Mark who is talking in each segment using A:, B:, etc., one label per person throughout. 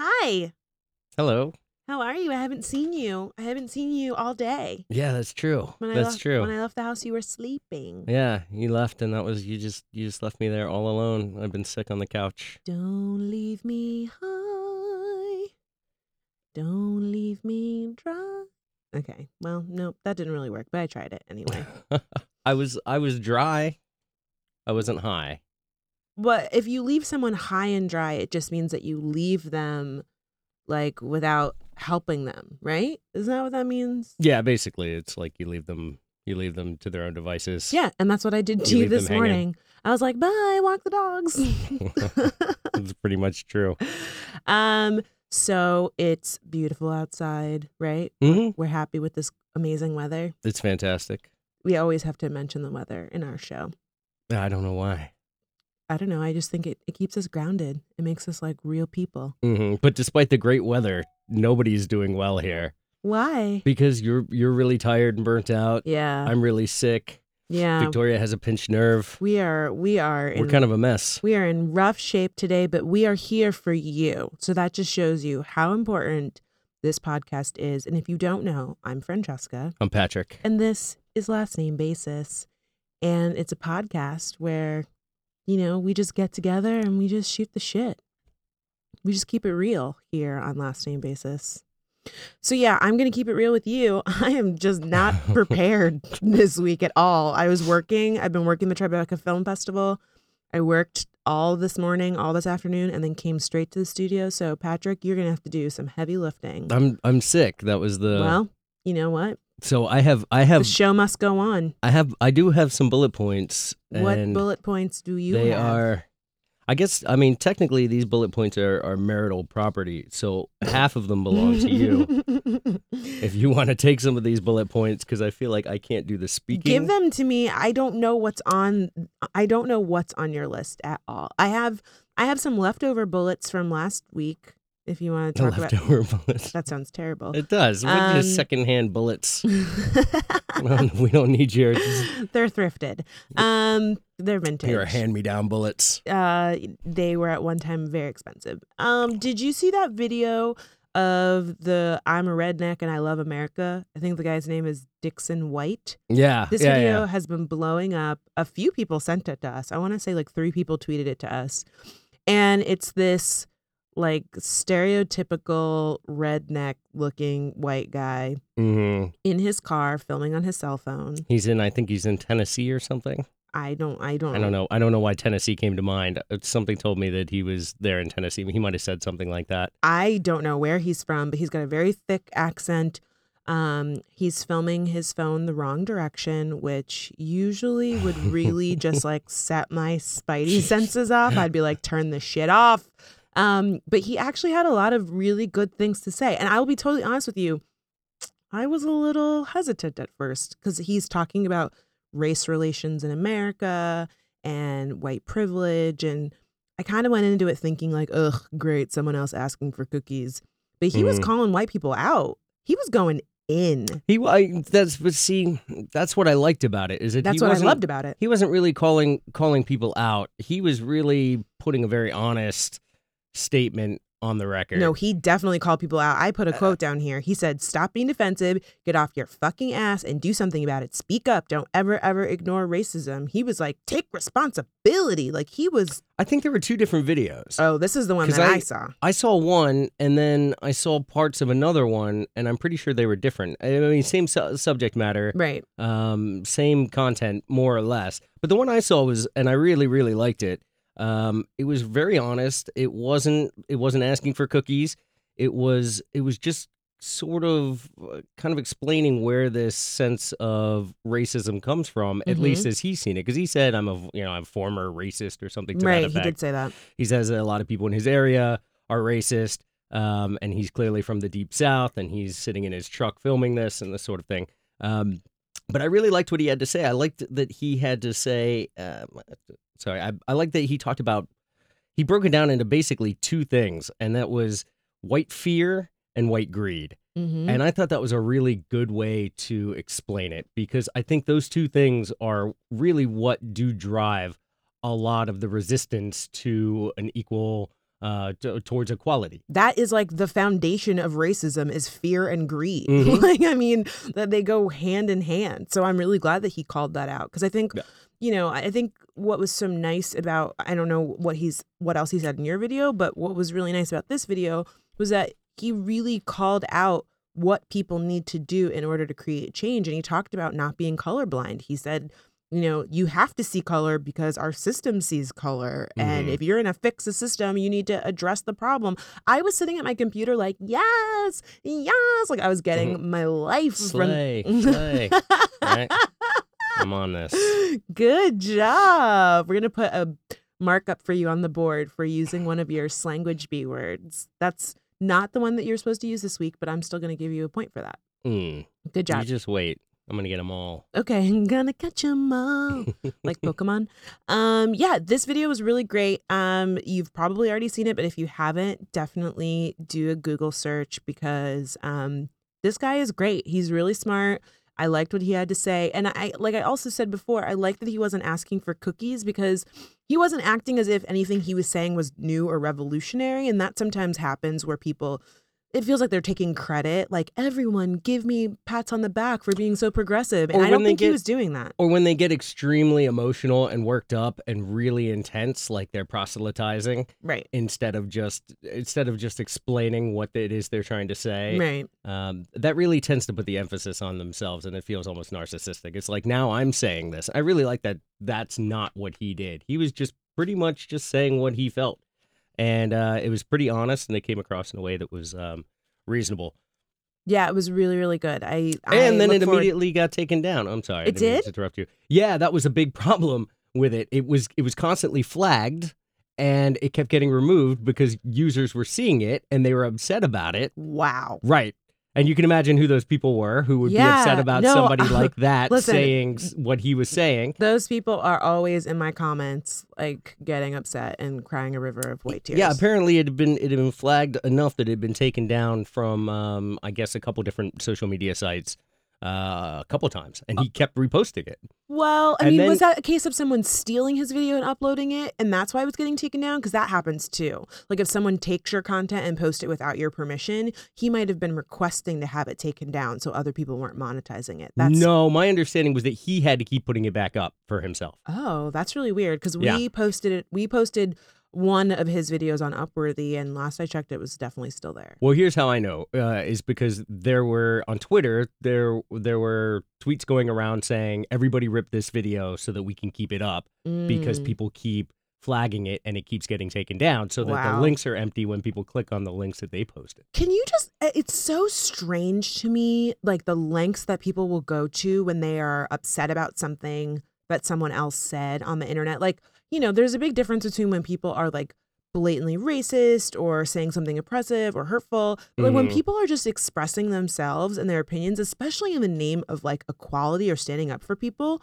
A: Hi.
B: Hello.
A: How are you? I haven't seen you. I haven't seen you all day.
B: Yeah, that's true.
A: When I
B: that's
A: left,
B: true.
A: When I left the house, you were sleeping.
B: yeah, you left, and that was you. Just you just left me there all alone. I've been sick on the couch.
A: Don't leave me high. Don't leave me dry. Okay. Well, nope, that didn't really work, but I tried it anyway.
B: I was I was dry. I wasn't high.
A: but if you leave someone high and dry, it just means that you leave them like without helping them, right? Isn't that what that means?
B: Yeah, basically, it's like you leave them you leave them to their own devices.
A: Yeah, and that's what I did
B: You
A: to you
B: leave them
A: this
B: hanging.
A: morning. I was like, "Bye, walk the dogs."
B: that's pretty much true.
A: um, so it's beautiful outside, right?
B: hmm
A: We're happy with this amazing weather.
B: It's fantastic.
A: We always have to mention the weather in our show.
B: I don't know why.
A: I don't know. I just think it, it keeps us grounded. It makes us like real people.
B: hmm But despite the great weather, nobody's doing well here
A: Why?
B: because you're you're really tired and burnt out.
A: Yeah.
B: I'm really sick.
A: yeah.
B: Victoria has a pinched nerve.
A: we are we are in
B: We're kind of a mess.
A: we are in rough shape today, but we are here for you. So that just shows you how important this podcast is. And if you don't know, I'm Francesca.
B: I'm Patrick.
A: And this is Last Name Basis. And it's a podcast where, you know, we just get together and we just shoot the shit. We just keep it real here on Last Name Basis. So, yeah, I'm going to keep it real with you. I am just not prepared this week at all. I was working, I've been working the Tribeca Film Festival. I worked all this morning, all this afternoon, and then came straight to the studio. So, Patrick, you're going to have to do some heavy lifting.
B: I'm I'm sick. That was the
A: well, you know what?
B: so I have I
A: The
B: have
A: show must go on.
B: I have I do have some bullet points.
A: What
B: and
A: bullet points do you
B: They
A: have?
B: are. I guess I mean technically these bullet points are, are marital property, so half of them belong to you. If you want to take some of these bullet points, because I feel like I can't do the speaking.
A: Give them to me. I don't know what's on I don't know what's on your list at all. I have I have some leftover bullets from last week if you want to
B: the
A: talk about
B: leftover bullets.
A: That sounds terrible.
B: It does. We're
A: Um,
B: just secondhand bullets. we, don't, we don't need your
A: they're thrifted. Um they're vintage.
B: your hand me down bullets.
A: uh they were at one time very expensive. Um did you see that video of the I'm a redneck and I love America? I think the guy's name is Dixon White.
B: Yeah.
A: This
B: yeah,
A: video
B: yeah.
A: has been blowing up. A few people sent it to us. I want to say like 3 people tweeted it to us. And it's this like stereotypical redneck looking white guy
B: Mhm.
A: in his car filming on his cell phone.
B: He's in. I think he's in Tennessee or something.
A: I don't I don't
B: I don't know. I don't know why Tennessee came to mind. Uh, Something told me that he was there in Tennessee. He might have said something like that.
A: I don't know where he's from, but he's got a very thick accent. Um, he's filming his phone the wrong direction, which usually would really just like set my spidey senses off. I'd be like, turn the shit off. Um, but he actually had a lot of really good things to say. And I will be totally honest with you, I was a little hesitant at first because he's talking about race relations in America and white privilege. And I kind of went into it thinking, like, ugh, great, someone else asking for cookies. But he was
B: Mhm.
A: calling white people out, he was going in.
B: He. I, that's. But see, that's what I liked about it. Is that
A: That's
B: he
A: what I
B: wasn't-
A: loved about it.
B: He wasn't really calling calling people out. He was really putting a very honest statement on the record.
A: No, he definitely called people out. I put
B: Uh,
A: a quote down here. He said, Stop being defensive, get off your fucking ass, and do something about it. Speak up. Don't ever, ever ignore racism. He was like, Take responsibility. Like, he was,
B: I think there were two different videos.
A: oh, this is the one
B: 'Cause
A: that I,
B: I-
A: saw.
B: I saw one, and then I saw parts of another one, and I'm pretty sure they were different. I mean, same su- subject matter.
A: Right.
B: um, same content more or less. But the one I saw was, and I really really liked it. Um, it was very honest. It wasn't it wasn't asking for cookies. It was it was just sort of uh, kind of explaining where this sense of racism comes from, at
A: Mhm.
B: least as he's seen it. Because he said, "I'm a you know I'm former racist or something to that
A: Right. He
B: effect."
A: did say that.
B: He says that a lot of people in his area are racist, um, and he's clearly from the deep south, and he's sitting in his truck filming this and this sort of thing. Um, but I really liked what he had to say. I liked that he had to say. Um, sorry, I, I liked that he talked about. He broke it down into basically two things, and that was white fear and white greed.
A: hmm
B: And I thought that was a really good way to explain it because I think those two things are really what do drive a lot of the resistance to an equal uh, t- towards equality.
A: that is like the foundation of racism is fear and greed.
B: Mhm.
A: like I mean that they go hand in hand. So I'm really glad that he called that out because I think
B: Yeah.
A: you know, I I think what was so nice about I don't know what he's what else he said in your video, but what was really nice about this video was that he really called out what people need to do in order to create change and he talked about not being colorblind. He said you know, you have to see color because our system sees color. And
B: Mhm.
A: if you're in a fix a system, you need to address the problem. I was sitting at my computer like, yes, yes. Like I
B: Mm-hmm.
A: was getting my life
B: Slay,
A: Mm, from
B: slay. Right? I'm on this.
A: Good job. We're gonna put a markup for you on the board for using one of your slanguage B words. That's not the one that you're supposed to use this week, but I'm still gonna give you a point for that.
B: Mm,
A: Good
B: you
A: job.
B: just wait. I'm gonna get them all.
A: okay, I'm gonna catch 'em all. like
B: Mm-hmm.
A: Pokemon. Um, yeah, this video was really great. Um, you've probably already seen it, but if you haven't, definitely do a Google search because um, this guy is great. He's really smart. I liked what he had to say, and I like I also said before, I liked that he wasn't asking for cookies because he wasn't acting as if anything he was saying was new or revolutionary, and that sometimes happens where people. It feels like they're taking credit. Like everyone, give me pats on the back for being so progressive, and
B: Or
A: I don't
B: when they
A: think he
B: get-
A: was doing that.
B: or when they get extremely emotional and worked up and really intense, like they're proselytizing,
A: Right.
B: instead of just instead of just explaining what it is they're trying to say.
A: Right.
B: Um, that really tends to put the emphasis on themselves, and it feels almost narcissistic. It's like now I'm saying this. I really like that. That's not what he did. He was just pretty much just saying what he felt, and uh, it was pretty honest, and it came across in a way that was um, reasonable.
A: Yeah, it was really, really good. I
B: and
A: I
B: then
A: look
B: it
A: forward-
B: immediately got taken down. I'm sorry, I
A: It
B: didn't mean
A: did?
B: to interrupt you. Yeah, that was a big problem with it. It was it was constantly flagged, and it kept getting removed because users were seeing it and they were upset about it.
A: Wow.
B: Right. And you can imagine who those people were who would be upset
A: Yeah,
B: about
A: no,
B: somebody like that
A: listen.
B: saying s- what he was saying.
A: Those people are always in my comments, like getting upset and crying a river of white tears.
B: Yeah, apparently it had been it had been flagged enough that it had been taken down from um, I guess a couple different social media sites uh, a couple times, and he kept reposting it.
A: Well, I
B: And
A: mean, was that a case of someone stealing his video and uploading it, and that's why it was getting taken down? Because that happens too. Like if someone takes your content and posts it without your permission, he might have been requesting to have it taken down so other people weren't monetizing it. That's
B: No, my understanding was that he had to keep putting it back up for himself.
A: Oh, that's really weird because we
B: Yeah.
A: posted it. We posted one of his videos on Upworthy, and last I checked, it was definitely still there.
B: Well, here's how I know uh, is because there were on Twitter there there were tweets going around saying everybody rip this video so that we can keep it up because
A: Mm.
B: people keep flagging it and it keeps getting taken down so that
A: Wow.
B: the links are empty when people click on the links that they posted.
A: Can you just? i- It's so strange to me, like the lengths that people will go to when they are upset about something that someone else said on the internet. Like, you know, there's a big difference between when people are like blatantly racist or saying something oppressive or hurtful, but like, when
B: Mhm.
A: people are just expressing themselves and their opinions, especially in the name of like equality or standing up for people.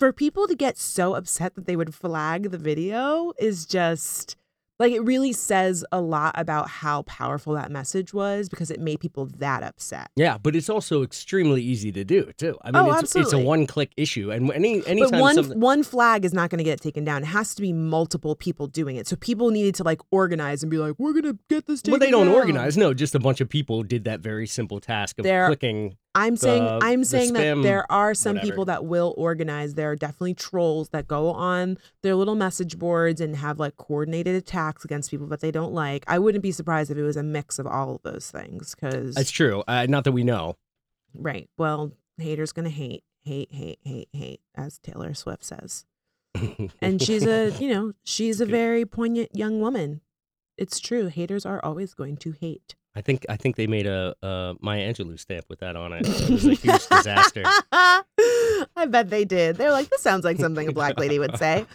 A: For people to get so upset that they would flag the video is just like it really says a lot about how powerful that message was because it made people that upset.
B: Yeah, but it's also extremely easy to do too. I mean,
A: Oh,
B: it's it's a
A: absolutely.
B: one click issue, and any anytime
A: but one
B: something-
A: one flag is not going to get taken down. It has to be multiple people doing it. So people needed to like organize and be like, "We're going to get this taken."
B: well, they don't
A: down."
B: organize. No, just a bunch of people did that very simple task of
A: They're-
B: clicking
A: I'm saying
B: the-
A: I'm
B: the
A: saying that
B: spam,
A: there are some
B: whatever.
A: people that will organize. There are definitely trolls that go on their little message boards and have like coordinated attacks against people that they don't like. I wouldn't be surprised if it was a mix of all of those things because
B: It's true. Uh, not that we know.
A: Right. Well, haters gonna hate, hate, hate, hate, hate, as Taylor Swift says. And she's a, you know, she's a
B: Good.
A: very poignant young woman. It's true. Haters are always going to hate.
B: I think I think they made a uh, Maya Angelou stamp with that on it. It was a huge disaster.
A: I bet they did. They're like, this sounds like something a black lady would say.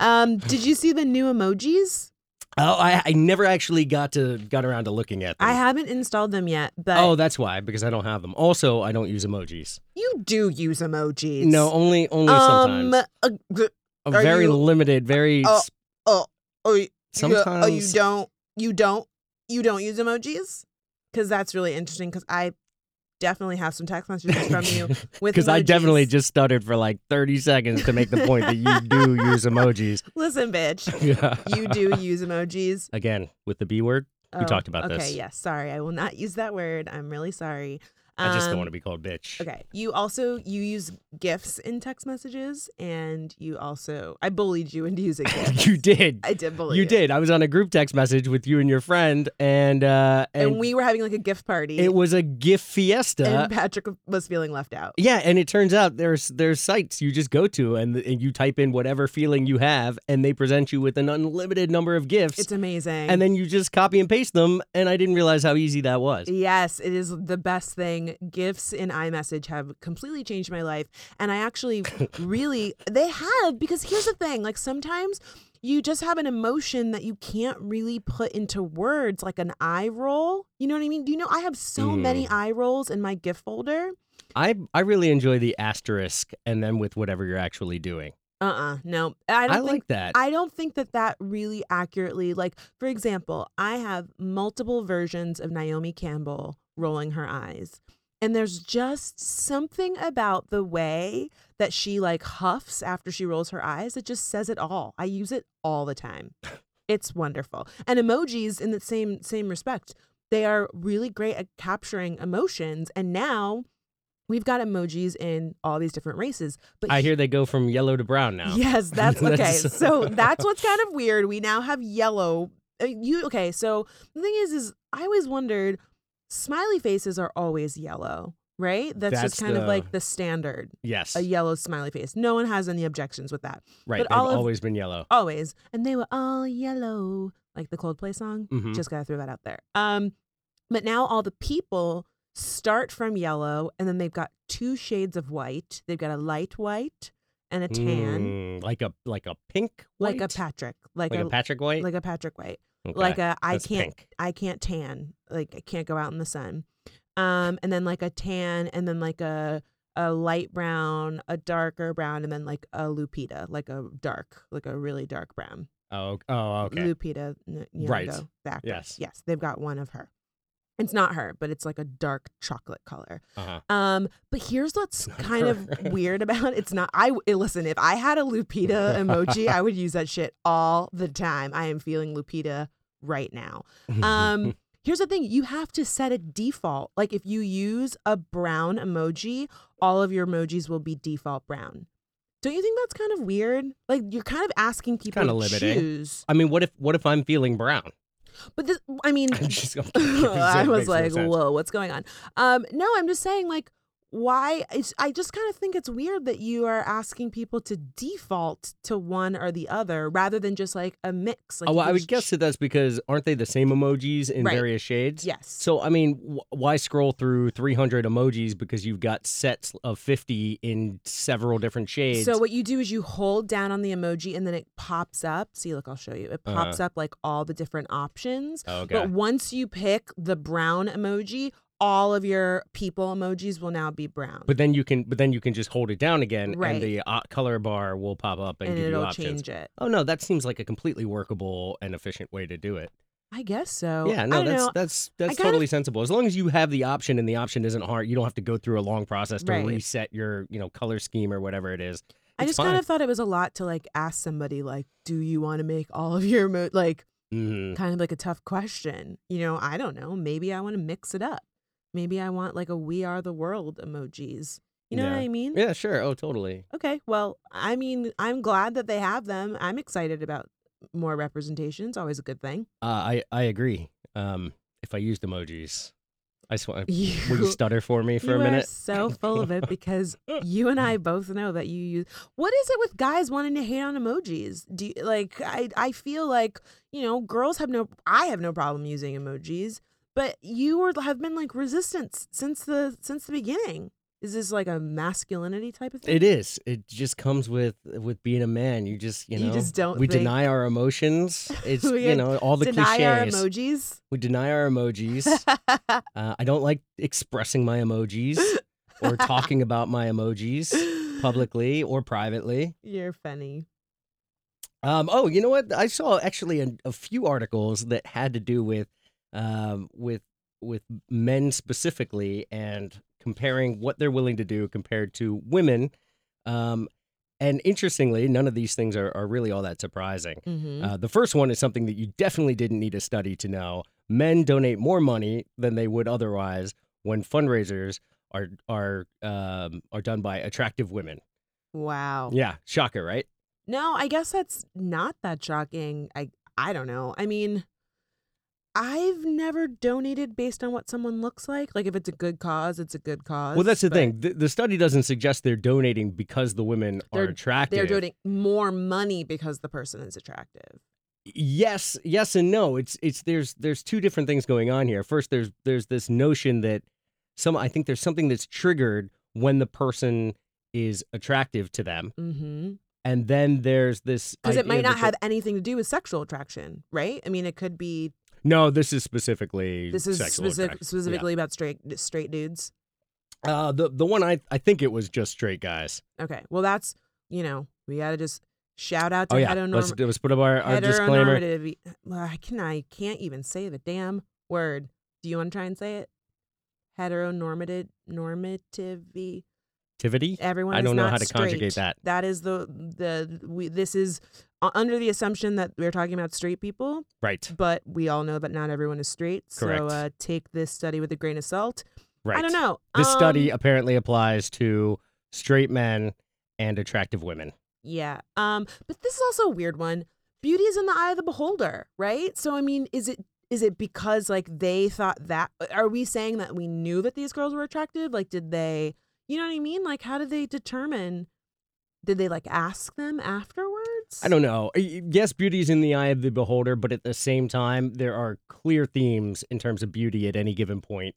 A: Um, did you see the new emojis?
B: Oh, I, I never actually got to got around to looking at them.
A: I haven't installed them yet, but
B: oh, that's why because I don't have them. Also, I don't use emojis.
A: you do use emojis.
B: No, only only
A: um,
B: sometimes.
A: uh, g-
B: A
A: are
B: very
A: you-
B: limited. Very
A: Oh,
B: s-
A: oh, you- Yeah,
B: sometimes.
A: oh, you don't. You don't. You don't use emojis because that's really interesting. Because I, definitely have some text messages from you with
B: Because I definitely
A: emojis.
B: just stuttered for like 30 seconds to make the point that you do use emojis.
A: listen, bitch.
B: Yeah.
A: You do use emojis.
B: Again, with the B word,
A: Oh,
B: talked about
A: okay,
B: this.
A: yes. Sorry, I will not use that word. I'm really sorry.
B: I just don't
A: Um,
B: want to be called bitch.
A: Okay. You also you use gifs in text messages, and you also I bullied you into using gifs.
B: you did.
A: I did bully
B: You did. I was on a group text message with you and your friend, and uh,
A: and,
B: and,
A: we were having like a gift party.
B: it was a gift fiesta.
A: and Patrick was feeling left out.
B: yeah, and it turns out there's there's sites you just go to and, and you type in whatever feeling you have, and they present you with an unlimited number of gifts,
A: It's amazing.
B: and then you just copy and paste them. And I didn't realize how easy that was.
A: Yes, it is the best thing. Gifts in iMessage have completely changed my life. And I actually really, they have, because here's the thing like sometimes you just have an emotion that you can't really put into words, like an eye roll. You know what I mean? Do you know I have so many eye rolls in my gift folder?
B: I I really enjoy the asterisk, and then with whatever you're actually doing,
A: Uh uh no. I don't
B: I,
A: think
B: like that.
A: I don't think that that really accurately, like, for example, I have multiple versions of Naomi Campbell rolling her eyes. And there's just something about the way that she, like, huffs after she rolls her eyes that just says it all. I use it all the time. It's wonderful. And emojis, in the same same respect, they are really great at capturing emotions. And now we've got emojis in all these different races. But
B: I hear they go from yellow to brown now.
A: Yes, that's okay.
B: That's-
A: so that's what's kind of weird. We now have yellow. Uh, you okay? So the thing is, is I always wondered, smiley faces are always yellow, right? That's,
B: That's
A: just kind
B: the-
A: of like the standard,
B: Yes,
A: a yellow smiley face. No one has any objections with that,
B: right.
A: uh, but
B: They've
A: all of-
B: always been yellow.
A: always. And they were all yellow, like the Coldplay song.
B: Mhm.
A: Just gotta throw that out there. Um, but now all the people start from yellow, and then they've got two shades of white. They've got a light white and a tan.
B: Mm, like a like a pink
A: like a
B: white?
A: Patrick, like,
B: like a,
A: a,
B: Patrick White,
A: like a Patrick White,
B: Okay,
A: like a I
B: that's
A: can't
B: pink.
A: I can't tan, like I can't go out in the sun, um, and then like a tan, and then like a a light brown, a darker brown, and then like a Lupita, like a dark, like a really dark brown.
B: Oh, ok- oh, okay.
A: Lupita, N- Nyong'o,
B: Right.
A: the actress.
B: Yes.
A: yes, they've got one of her. It's not her, but it's like a dark chocolate color.
B: Uh-huh.
A: Um, but here's what's
B: not
A: kind of
B: her.
A: weird about it. It's not I eh, listen, if I had a Lupita emoji, I would use that shit all the time. I am feeling Lupita right now. Um here's the thing, you have to set a default. Like if you use a brown emoji, all of your emojis will be default brown. Don't you think that's kind of weird? Like you're kind of asking people
B: Kinda
A: to
B: limiting.
A: choose.
B: I mean, what if what if I'm feeling brown?
A: But this I mean
B: I'm just gonna keep saying
A: I
B: it
A: was
B: makes no
A: like,
B: sense.
A: whoa, what's going on? Um, no, I'm just saying, like, why? It's, I just kind of think it's weird that you are asking people to default to one or the other rather than just like a mix. Like,
B: oh,
A: you
B: well,
A: could
B: I would
A: just
B: guess that that's because aren't they the same emojis in
A: Right.
B: various shades?
A: ch- Yes.
B: So I mean, wh- why scroll through 300 emojis because you've got sets of 50 in several different shades?
A: So what you do is you hold down on the emoji and then it pops up. See, look, I'll show you. It pops up like all the different options.
B: Oh, Uh-huh. okay.
A: But once you pick the brown emoji, all of your people emojis will now be brown.
B: But then you can, but then you can just hold it down again,
A: Right.
B: and the uh, color bar will pop up and,
A: and
B: give you
A: it'll
B: options.
A: change it.
B: Oh no, that seems like a completely workable and efficient way to do it.
A: I guess so.
B: yeah,
A: I
B: no,
A: don't
B: that's
A: know.
B: that's that's
A: kind of-
B: totally sensible. As long as you have the option and the option isn't hard, you don't have to go through a long process to
A: Right.
B: reset your you know color scheme or whatever it is.
A: I
B: It's
A: just kind
B: fine.
A: of thought it was a lot to like ask somebody like, do you want to make all of your emo-? like
B: Mhm.
A: kind of like a tough question. You know, I don't know. Maybe I want to mix it up. Maybe I want like a "We Are the World" emojis. You know what
B: Yeah.
A: I mean?
B: Yeah, sure. Oh, totally.
A: Okay. Well, I mean, I'm glad that they have them. I'm excited about more representation. It's always a good thing.
B: Uh, I I agree. Um, if I used emojis, I swear.
A: You,
B: Will you stutter for me for
A: you
B: a
A: are
B: minute?
A: so full of it because you and I both know that you use. What is it with guys wanting to hate on emojis? Do you, like I I feel like you know girls have no I have no problem using emojis, but you were, have been like resistant since the since the beginning. Is this like a masculinity type of thing?
B: It is. It just comes with with being a man. You just you know
A: You just don't
B: we
A: think-
B: deny our emotions. It's
A: We
B: you know all the
A: Deny our
B: cliches.
A: emojis.
B: we deny our emojis. Uh, I don't like expressing my emojis or talking about my emojis publicly or privately.
A: You're funny.
B: Um, oh, you know what? I saw actually a, a few articles that had to do with um, with with men specifically and comparing what they're willing to do compared to women. Um, and interestingly, none of these things are, are really all that surprising.
A: hmm
B: Uh, the first one is something that you definitely didn't need a study to know. Men donate more money than they would otherwise when fundraisers are are um, are done by attractive women.
A: wow.
B: Yeah, shocker, right?
A: No, I guess that's not that shocking. I I don't know. I mean, I've never donated based on what someone looks like. Like if it's a good cause, it's a good cause.
B: Well, that's the
A: but
B: thing. The, the study doesn't suggest they're donating because the women are
A: They're-
B: attractive.
A: They're donating more money because the person is attractive.
B: yes yes and no it's it's there's there's two different things going on here first there's there's this notion that some i think there's something that's triggered when the person is attractive to them
A: Mm-hmm.
B: and then there's this
A: Because it
B: idea
A: might
B: that
A: not
B: the-
A: have anything to do with sexual attraction, right? I mean, it could be.
B: no this is specifically
A: This is
B: sexual
A: specific,
B: attraction. Yeah.
A: specifically about straight straight dudes.
B: uh the the one i i think it was just straight guys
A: Okay, well, that's you know we gotta just shout out to
B: oh yeah
A: heteronorm-
B: let's, let's put up our, our disclaimer
A: heteronormative. e, Well, I can I can't even say the damn word. Do you want to try and say it? Heteronormative normativity.
B: tivity
A: Everyone.
B: I
A: is
B: don't know
A: not
B: how to conjugate
A: straight.
B: that.
A: That is the the we. This is uh, under the assumption that we're talking about straight people,
B: right
A: but we all know that not everyone is straight. So
B: Correct.
A: uh, take this study with a grain of salt.
B: right
A: I don't know.
B: this study
A: Um,
B: apparently applies to straight men and attractive women
A: Yeah. Um, but this is also a weird one. Beauty is in the eye of the beholder, right? So I mean, is it is it because like they thought that are we saying that we knew that these girls were attractive? Like did they you know what I mean? Like how did they determine did they like ask them afterwards?
B: I don't know. Y- Yes, beauty is in the eye of the beholder, but at the same time, there are clear themes in terms of beauty at any given point.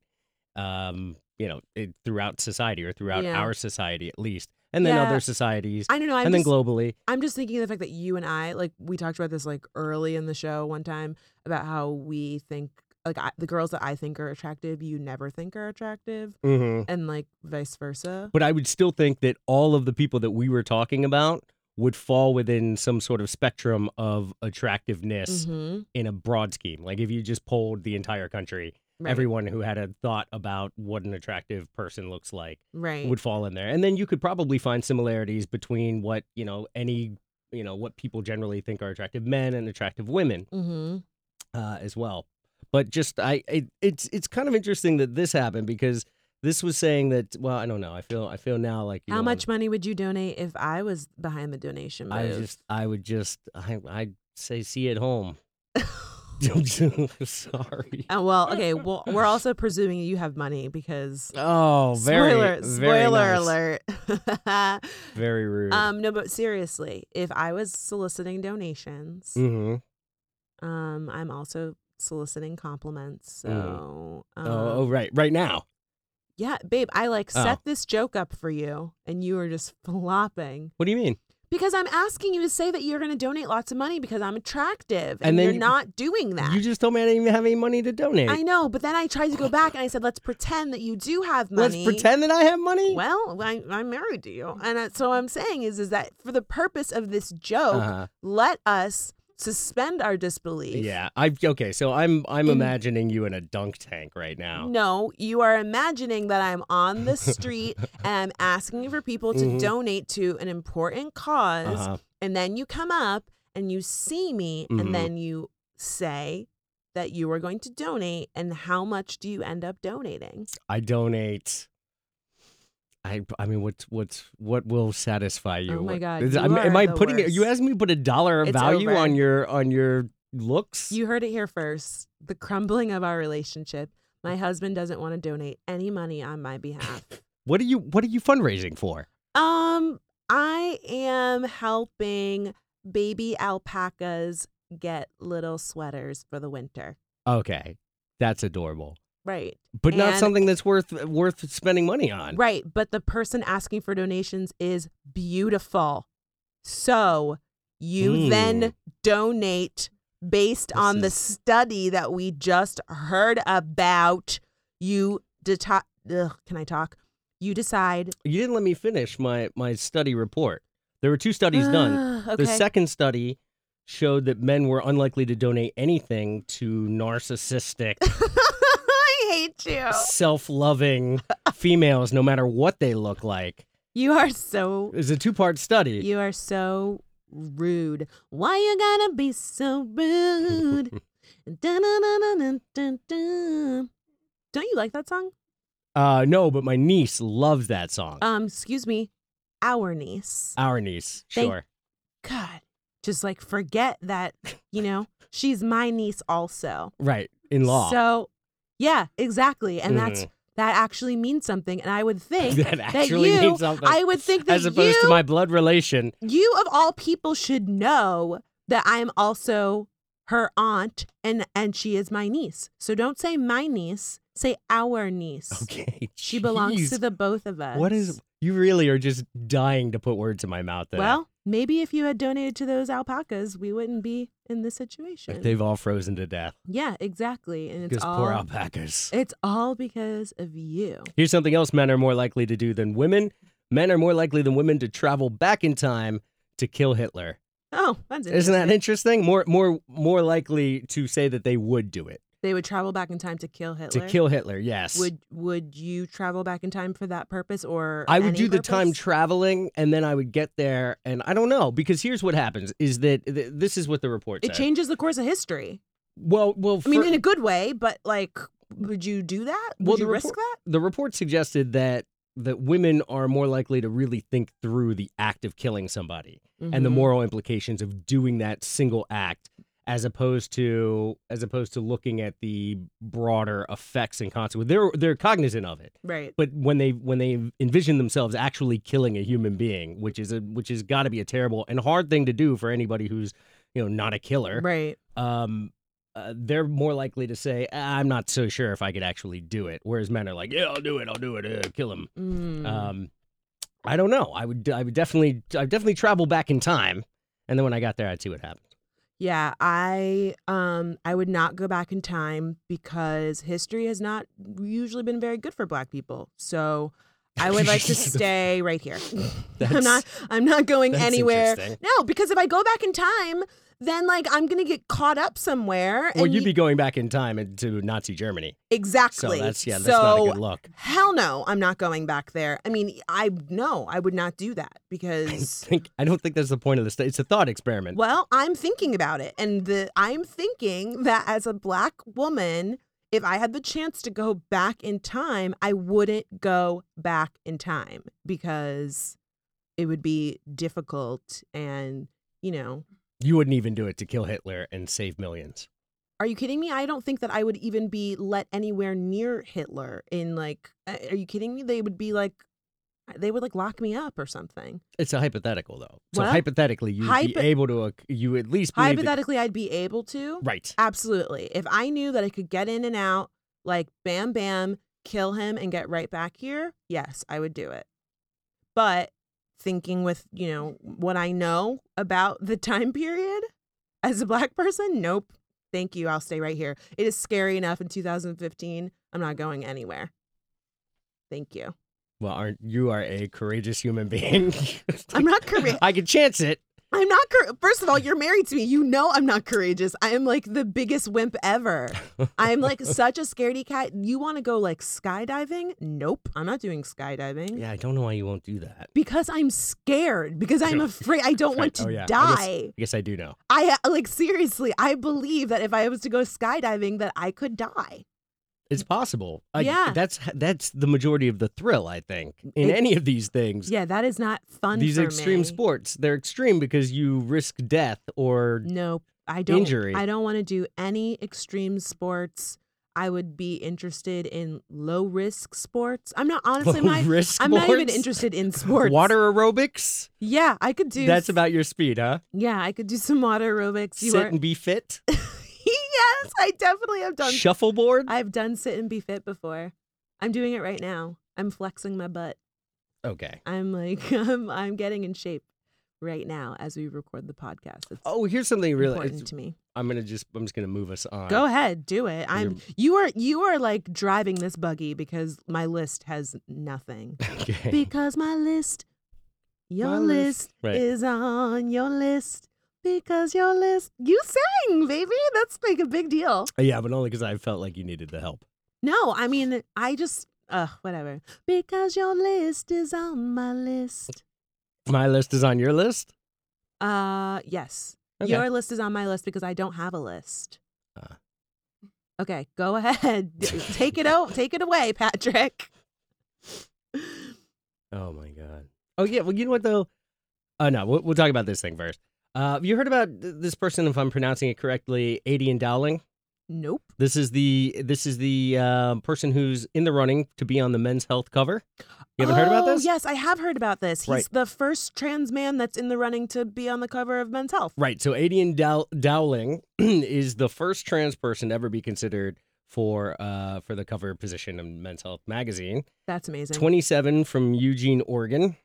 B: Um, you know, it, throughout society or throughout
A: Yeah.
B: our society at least, and then
A: Yeah.
B: other societies,
A: I don't know. I'm
B: and then
A: just,
B: globally.
A: I'm just thinking of the fact that you and I, like, we talked about this like early in the show one time about how we think, like, I, the girls that I think are attractive, you never think are attractive,
B: hmm
A: and like vice versa.
B: But I would still think that all of the people that we were talking about would fall within some sort of spectrum of attractiveness
A: Mm-hmm.
B: in a broad scheme. Like if you just polled the entire country,
A: Right.
B: everyone who had a thought about what an attractive person looks like.
A: right.
B: would fall in there. And then you could probably find similarities between what, you know, any, you know, what people generally think are attractive men and attractive women
A: mm-hmm.
B: uh, as well. But just I it, it's it's kind of interesting that this happened because this was saying that well, I don't know. I feel I feel now like you
A: How
B: know,
A: much money would you donate if I was behind the donation
B: I
A: move?
B: just I would just I I'd say see you at home. Sorry.
A: Oh, well, okay. Well, we're also presuming you have money because
B: Oh, very
A: spoiler
B: very nice,
A: spoiler alert.
B: Very rude.
A: um, no, but seriously, if I was soliciting donations,
B: hmm
A: um, I'm also soliciting compliments.
B: Mm.
A: So, um,
B: oh, oh, right, right now.
A: yeah, babe, I like
B: Oh.
A: set this joke up for you, and you are just flopping.
B: What do you mean?
A: Because I'm asking you to say that you're going to donate lots of money because I'm attractive, and,
B: And then
A: you're
B: you-
A: not doing that.
B: You just told me I didn't even have any money to donate.
A: I know, but then I tried to go back and I said, let's pretend that you do have money.
B: Let's pretend that I have money.
A: Well, I, I'm married to you, and uh, so I'm saying is, is that for the purpose of this joke,
B: Uh-huh.
A: let us suspend our disbelief.
B: Yeah, I okay. So I'm I'm
A: In-
B: imagining you in a dunk tank right now.
A: No, you are imagining that I'm on the street and I'm asking for people to
B: Mhm.
A: donate to an important because
B: Uh-huh.
A: And then you come up and you see me,
B: Mhm.
A: and then you say that you are going to donate. And how much do you end up donating?
B: I donate. I I mean, what's what's what will satisfy you?
A: Oh my
B: What-
A: God,
B: is-
A: you
B: I'm- am
A: are
B: I
A: the
B: putting it? You
A: worst.
B: asked me to put a dollar
A: It's
B: value
A: over.
B: on your on your looks.
A: You heard it here first the crumbling of our relationship. My husband doesn't want to donate any money on my behalf.
B: what are you What are you fundraising for?
A: Um, I am helping baby alpacas get little sweaters for the winter.
B: Okay, that's adorable,
A: Right.
B: but not
A: And-
B: something that's worth worth spending money on.
A: Right, but the person asking for donations is beautiful. So you then donate based
B: Hmm. This
A: on the
B: is-
A: study that we just heard about. You deta- ugh, can I talk? You decide.
B: You didn't let me finish my my study report. There were two studies done.
A: Ah, okay.
B: The second study showed that men were unlikely to donate anything to narcissistic
A: I hate at you.
B: self-loving females, no matter what they look like.
A: You are so
B: It's a two-part study.
A: you are so rude. Why you gotta be so rude? Dun-dun-dun-dun-dun-dun. Don't you like that song?
B: Uh, no, but my niece loves that song.
A: Um, excuse me, our niece.
B: Our niece,
A: Thank-
B: sure.
A: God, just like forget that, you know, she's my niece also.
B: Right, in law.
A: So, yeah, exactly. And that's that actually means something. And I would think
B: Hmm. that actually
A: you-
B: means something.
A: I would think that
B: as opposed
A: you,
B: to my blood relation.
A: you of all people should know that I am also her aunt and and she is my niece. So don't say my niece, say our niece.
B: Okay,
A: She belongs to
B: jeez.
A: the both of us.
B: What is? You really are just dying to put words in my mouth. There.
A: Well, maybe if you had donated to those alpacas, we wouldn't be in this
B: Like,
A: situation.
B: they've all frozen to death.
A: yeah, exactly. And it's
B: Because
A: all
B: poor alpacas.
A: it's all because of you.
B: Here's something else men are more likely to do than women. Men are more likely than women to travel back in time to kill Hitler.
A: Oh, that's
B: Isn't that
A: interesting.
B: interesting? More more more likely to say that they would do it.
A: They would travel back in time to kill Hitler.
B: To kill Hitler, yes.
A: Would would you travel back in time for that purpose or
B: I would
A: any
B: do the time
A: purpose?
B: traveling and then I would get there and I don't know because here's what happens is that th- this is what the report
A: It
B: said.
A: changes the course of history.
B: well, well,
A: I mean,
B: fir-
A: in a good way, but like, would you do that? Would
B: Well,
A: you
B: the
A: risk
B: report-
A: that?
B: the report suggested that that women are more likely to really think through the act of killing somebody. and the
A: Mhm.
B: moral implications of doing that single act as opposed to as opposed to looking at the broader effects and consequences they're they're cognizant of it
A: right,
B: but when they when they envision themselves actually killing a human being which is a which has got to be a terrible and hard thing to do for anybody who's you know not a killer
A: right,
B: um uh, they're more likely to say "Ah, i'm not so sure if i could actually do it whereas men are like yeah i'll do it i'll do it uh, kill him
A: Mm.
B: um, I don't know. I would. I would definitely. I would definitely travel back in time, and then when I got there, I'd see what happened.
A: yeah, I um I would not go back in time because history has not usually been very good for Black people. So I would like to stay right here. I'm
B: That's-
A: not I'm not going
B: that's
A: anywhere.
B: interesting.
A: No, because if I go back in time, then like I'm gonna get caught up somewhere.
B: Well,
A: and
B: you'd
A: y-
B: be going back in time into Nazi Germany, so
A: exactly.
B: that's yeah, that's
A: So
B: not a good look.
A: Hell no, I'm not going back there. I mean, I no, I would not do that because
B: Think, I don't think that's the point of this. It's a thought experiment.
A: well, I'm thinking about it and the I'm thinking that as a black woman, if I had the chance to go back in time, I wouldn't go back in time because it would be difficult and, you know,
B: You wouldn't even do it to kill Hitler and save millions.
A: are you kidding me? I don't think that I would even be let anywhere near Hitler in like uh, are you kidding me? They would be like they would like lock me up or something.
B: It's a hypothetical, though. So
A: Well,
B: hypothetically, you'd
A: hypo-
B: be able to. ac- You at least believe that-
A: Hypothetically, I'd be able to.
B: right.
A: Absolutely. If I knew that I could get in and out, like bam, bam, kill him and get right back here, yes, I would do it. But thinking with, you know, what I know about the time period as a black person, nope. Thank you. I'll stay right here. It is scary enough in 2015. I'm not going anywhere. Thank you.
B: Well, aren't you are a courageous human being?
A: I'm not courageous.
B: I could chance it.
A: I'm not. Cour- First of all, you're married to me. You know I'm not courageous. I am like the biggest wimp ever. I'm like such a scaredy cat. You want to go like skydiving? Nope. I'm not doing skydiving
B: Yeah, I don't know why you won't do that.
A: because I'm scared. Because I'm afraid. I don't want
B: Right.
A: to
B: Oh, yeah. I guess-
A: die.
B: I guess I do know.
A: I, uh, like seriously. I believe that if I was to go skydiving, that I could die.
B: It's possible. I,
A: Mm, Yeah.
B: that's that's the majority of the thrill. I think in
A: It-
B: any of these things,
A: Yeah, that is not fun.
B: these
A: for
B: extreme
A: me.
B: sports, they're extreme because you risk death or
A: Nope. I don't
B: Injury.
A: I don't want to do any extreme sports. I would be interested in low risk sports. I'm not honestly
B: low
A: my
B: risk.
A: I'm not even
B: sports.
A: interested in sports.
B: Water aerobics.
A: Yeah, I could do
B: That's
A: s-
B: about your speed, huh?
A: Yeah, I could do some water aerobics. You
B: Sit
A: are
B: and be fit.
A: Yes, I definitely have done
B: Shuffleboard.
A: I've done sit and be fit before. I'm doing it right now. I'm flexing my butt.
B: okay.
A: I'm like I'm I'm getting in shape right now as we record the podcast. It's
B: Oh, here's something really.
A: important
B: it's-
A: to me.
B: I'm gonna just. I'm just gonna move us on.
A: Go ahead, do it. I'm
B: You're-
A: you are you are like driving this buggy because my list has nothing.
B: Okay.
A: Because my list your
B: My
A: list,
B: list. Right.
A: is on your list because your list you sang, baby. That's like a big deal.
B: Uh, yeah, but only because I felt like you needed the help.
A: No, I mean, I just, uh, whatever. Because your list is on my list.
B: My list is on your list.
A: Uh, yes.
B: Okay.
A: Your list is on my list because I don't have a list.
B: Ah.
A: Okay, go ahead. take it out. Take it away, Patrick.
B: Oh my god. Oh yeah. Well, you know what though? Uh, no, we'll, we'll talk about this thing first. Uh, have you heard about th- this person? If I'm pronouncing it correctly, Adian Dowling.
A: Nope.
B: This is the this is the um person who's in the running to be on the Men's Health cover. You haven't heard about
A: Oh,
B: this?
A: Yes, I have heard about this. He's
B: Right.
A: the first trans man that's in the running to be on the cover of Men's Health.
B: Right. So Adian Dow- Dowling is the first trans person to ever be considered for uh for the cover position in Men's Health magazine.
A: That's amazing.
B: 27 from Eugene, Oregon.